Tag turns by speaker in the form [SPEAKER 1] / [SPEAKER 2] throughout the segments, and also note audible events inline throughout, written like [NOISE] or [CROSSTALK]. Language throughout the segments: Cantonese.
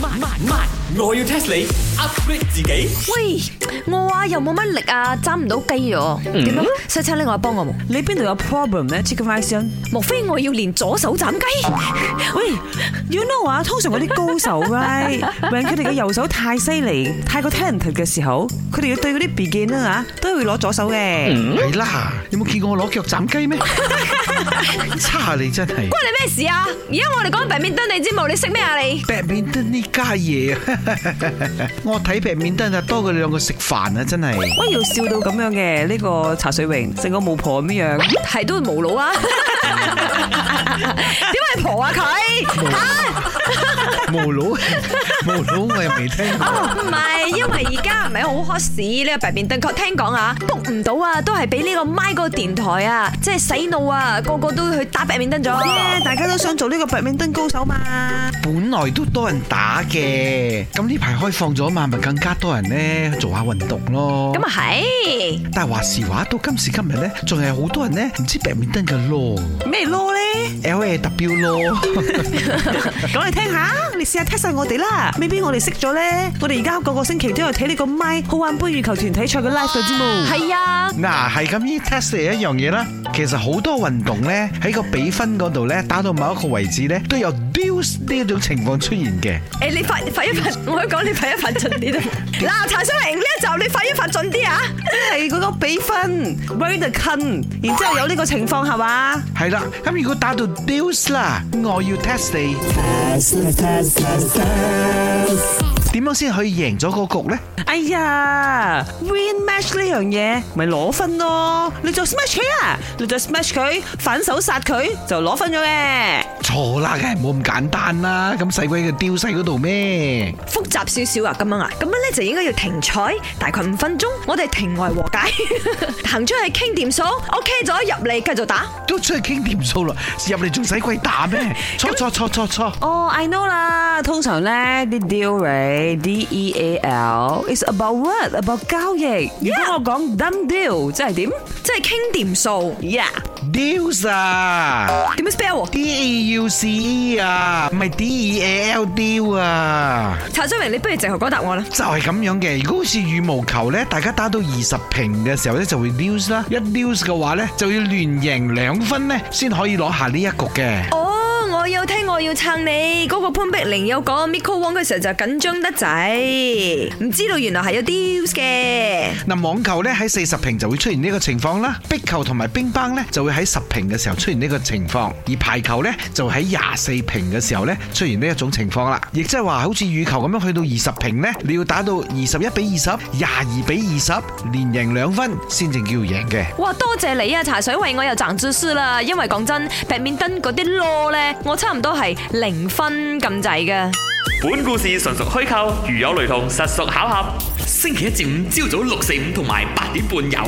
[SPEAKER 1] 慢慢，我要 test 你 upgrade 自己。
[SPEAKER 2] 喂，我啊又冇乜力啊，爭唔到雞喎。點啊？西餐呢，我幫我冇。
[SPEAKER 3] 你邊度有 problem 咧？Chicken rice 因
[SPEAKER 2] 莫非我要練左手 [LAUGHS] 斬雞？
[SPEAKER 3] 喂，you know 啊，通常嗰啲高手 right，when 佢哋嘅右手太犀利、太過 talented 嘅時候，佢哋要對嗰啲 beginner 啊，都會攞左手嘅。
[SPEAKER 4] 係啦，有冇見過我攞腳斬
[SPEAKER 2] [LAUGHS]
[SPEAKER 4] 雞咩？差你真係
[SPEAKER 2] 關你咩事啊？而家我哋講白面燈，你知冇？你識咩啊你？
[SPEAKER 4] 白面燈呢家嘢 [LAUGHS] 啊！我睇白面燈啊，多過你兩個食飯啊，真係。
[SPEAKER 3] 喂，要笑到咁樣嘅呢個茶水榮，成個巫婆咁樣。
[SPEAKER 2] 係都係無腦啊？ [LAUGHS] 點係婆啊佢？[LAUGHS]
[SPEAKER 4] 無佬，無佬我又未聽過。
[SPEAKER 2] 哦，唔係，因為而家唔係好 hot 市呢個白面燈，確聽講啊，book 唔到啊，都係俾呢個 My 個電台啊，即係洗腦啊，個個都去打白面燈咗。
[SPEAKER 3] 耶，大家都想做呢個白面燈高手嘛？
[SPEAKER 4] 本來都多人打嘅，咁呢排開放咗嘛，咪更加多人咧做下運動咯。
[SPEAKER 2] 咁啊係，
[SPEAKER 4] 但係話時話，到今時今日咧，仲係好多人咧唔知白面燈嘅咯
[SPEAKER 3] 咩攞咧？
[SPEAKER 4] ，L A W 咯。
[SPEAKER 3] 講嚟聽下，你試下 test 晒我哋啦。未必我哋識咗咧，我哋而家個個星期都有睇呢個咪好玩杯羽球團體賽嘅 live 嘅啫嘛。
[SPEAKER 2] 係啊，
[SPEAKER 4] 嗱，係咁依 test 嚟一樣嘢啦。其實好多運動咧喺個比分嗰度咧打到某一個位置咧，都有 deuce 呢種情況出現嘅。
[SPEAKER 2] 誒你快快一份，我講你快一份盡 [LAUGHS] 啲啦。嗱，查小明呢一集你快一份盡啲啊！
[SPEAKER 3] 係嗰個比分 r a t h e cut，然之後有呢個情況係嘛？
[SPEAKER 4] 係啦，咁如果打到 deuce 啦，我要 test 你。點樣先可以贏咗個局咧？
[SPEAKER 3] 哎呀，win match 呢樣嘢咪攞分咯，你就 smash 佢啊，你就 smash 佢，反手殺佢就攞分咗嘅。
[SPEAKER 4] 錯啦，梗係冇咁簡單啦。咁細鬼嘅 deuce 嗰度咩？
[SPEAKER 2] 複雜少少啊，咁樣啊，咁樣咧就應該要停賽，大概五分鐘，我哋庭外和解， [LAUGHS] 行出去傾掂數，OK 咗入嚟繼續打。
[SPEAKER 4] 都出去傾掂數啦，入嚟仲使鬼打咩？錯錯錯錯錯！
[SPEAKER 3] 哦、i know 啦，通常咧啲 deal rate D E A L is about what about 交易。如果我講 dumb deal，即係點
[SPEAKER 2] 即係傾掂數，
[SPEAKER 3] ？Yeah。
[SPEAKER 4] deuce 啊！
[SPEAKER 2] 點樣 spell？
[SPEAKER 4] D E U C E 啊，唔係 D E A L D 啊，
[SPEAKER 2] 查小明，你不如直頭講答案啦。
[SPEAKER 4] 就係咁樣嘅。如果好似羽毛球咧，大家打到二十平嘅時候咧，就會 lose 啦。一 lose 嘅話咧，就要連贏兩分咧，先可以攞下呢一局嘅。
[SPEAKER 2] 哦，我有聽，我要撐你。嗰、個潘碧玲有講 Miko Wong 嘅時候就緊張得滯，唔知道原來係有 deals 嘅。
[SPEAKER 4] 嗱，網球咧喺四十平就會出現呢個情況啦，壁球同埋乒乓咧就會喺十平嘅時候出現呢個情況，而排球咧就喺廿四平嘅時候咧出現呢一種情況啦。亦即係話好似羽球咁樣去到二十平咧，你要打到二十一比二十、廿二比二十，連贏兩分先正叫贏嘅。
[SPEAKER 2] 哇，多謝你啊，茶水為我又賺知識啦。因為講真，白面燈嗰啲 law 咧，我差唔多係零分咁滯嘅。
[SPEAKER 5] 本故事純屬虛構，如有雷同，實屬巧合。星期一至五朝早六四五同埋八點半有。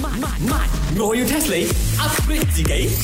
[SPEAKER 1] 慢慢，我要 test 你 upgrade 自己。